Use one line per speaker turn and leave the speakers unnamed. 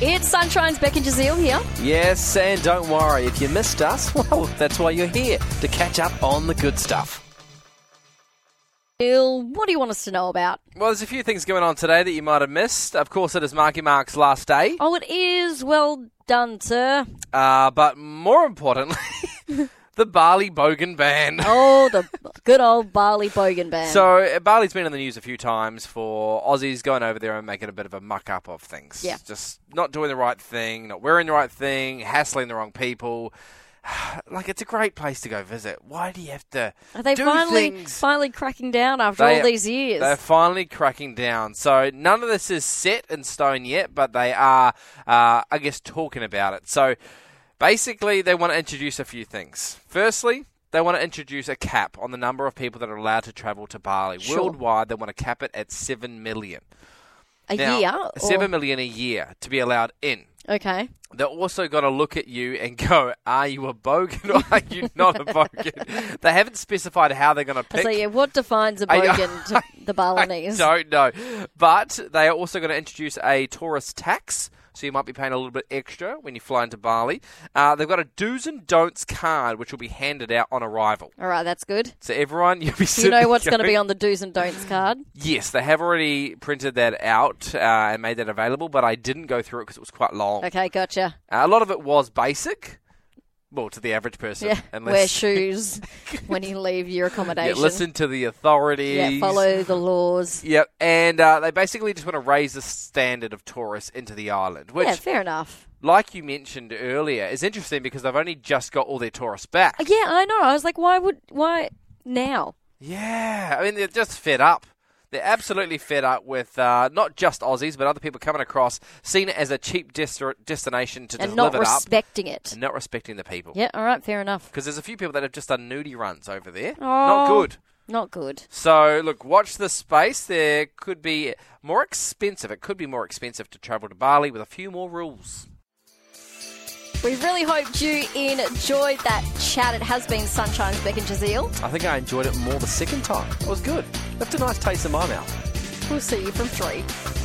It's Sunshine's Becky Jazeel here.
Yes, and don't worry, if you missed us, well, that's why you're here, to catch up on the good stuff.
Bill, what do you want us to know about?
Well, there's a few things going on today that you might have missed. Of course, it is Marky Mark's last day,
Oh, it is well done, sir.
uh, but more importantly, the Barley Bogan Band.
Oh, the good old Barley Bogan band.
So uh, Barley's been in the news a few times for Aussies going over there and making a bit of a muck up of things.
Yeah.
Just not doing the right thing, not wearing the right thing, hassling the wrong people. like it's a great place to go visit. Why do you have to
Are they
do
finally
things?
finally cracking down after
They-
all these years?
They're finally cracking down. So none of this is set in stone yet, but they are, uh, I guess, talking about it. So basically, they want to introduce a few things. Firstly, they want to introduce a cap on the number of people that are allowed to travel to Bali
Sure.
worldwide. They want to cap it at seven million.
a
Now,
year? Oh. or-
seven million a year to be allowed in.
Okay.
They're also got to look at you and go, "Are you a bogan or are you not a bogan?" they haven't specified how they're going to pick.
So yeah, what defines a
I-
Bogan to the Balinese?
I don't know. But they are also going to introduce a tourist tax. So you might be paying a little bit extra when you fly into Bali. Uh, they've got a do's and don'ts card, which will be handed out on arrival.
All right, that's good.
So everyone, you'll be.
Do you know what's
going
going to be on the do's and don'ts card?
Yes, they have already printed that out uh, and made that available, but I didn't go through it because it was quite long.
Okay, gotcha.
Uh, a lot of it was basic, well, to the average person.
Yeah,
unless
wear shoes when you leave your
Yeah,
accommodation.
listen to the authorities.
Yeah, follow the laws.
Yep, and uh, they basically just want to raise the standard of tourists into the island, which,
yeah, fair enough.
like you mentioned earlier, is interesting because they've only just got all their tourists back.
Uh, Yeah, I know. I was like, why would why now?
Yeah, I mean they're just fed up. They're absolutely fed up with uh, not just Aussies, but other people coming across, seeing it as a cheap dest- destination to
And
just
not
live it up,
respecting it.
and not respecting the people.
Yeah, all right, fair enough.
Because there's a few people that have just done nudie runs over there. Not
Oh.
good.
Not good.
So, look, watch this space. There could be more expensive. It could be more expensive to travel to Bali with a few more rules.
We really hoped you enjoyed that chat. It has been Sunshine's Beck and Jazeel.
I think I enjoyed it more the second time. It was good. Left a nice taste in my mouth.
We'll see you from three.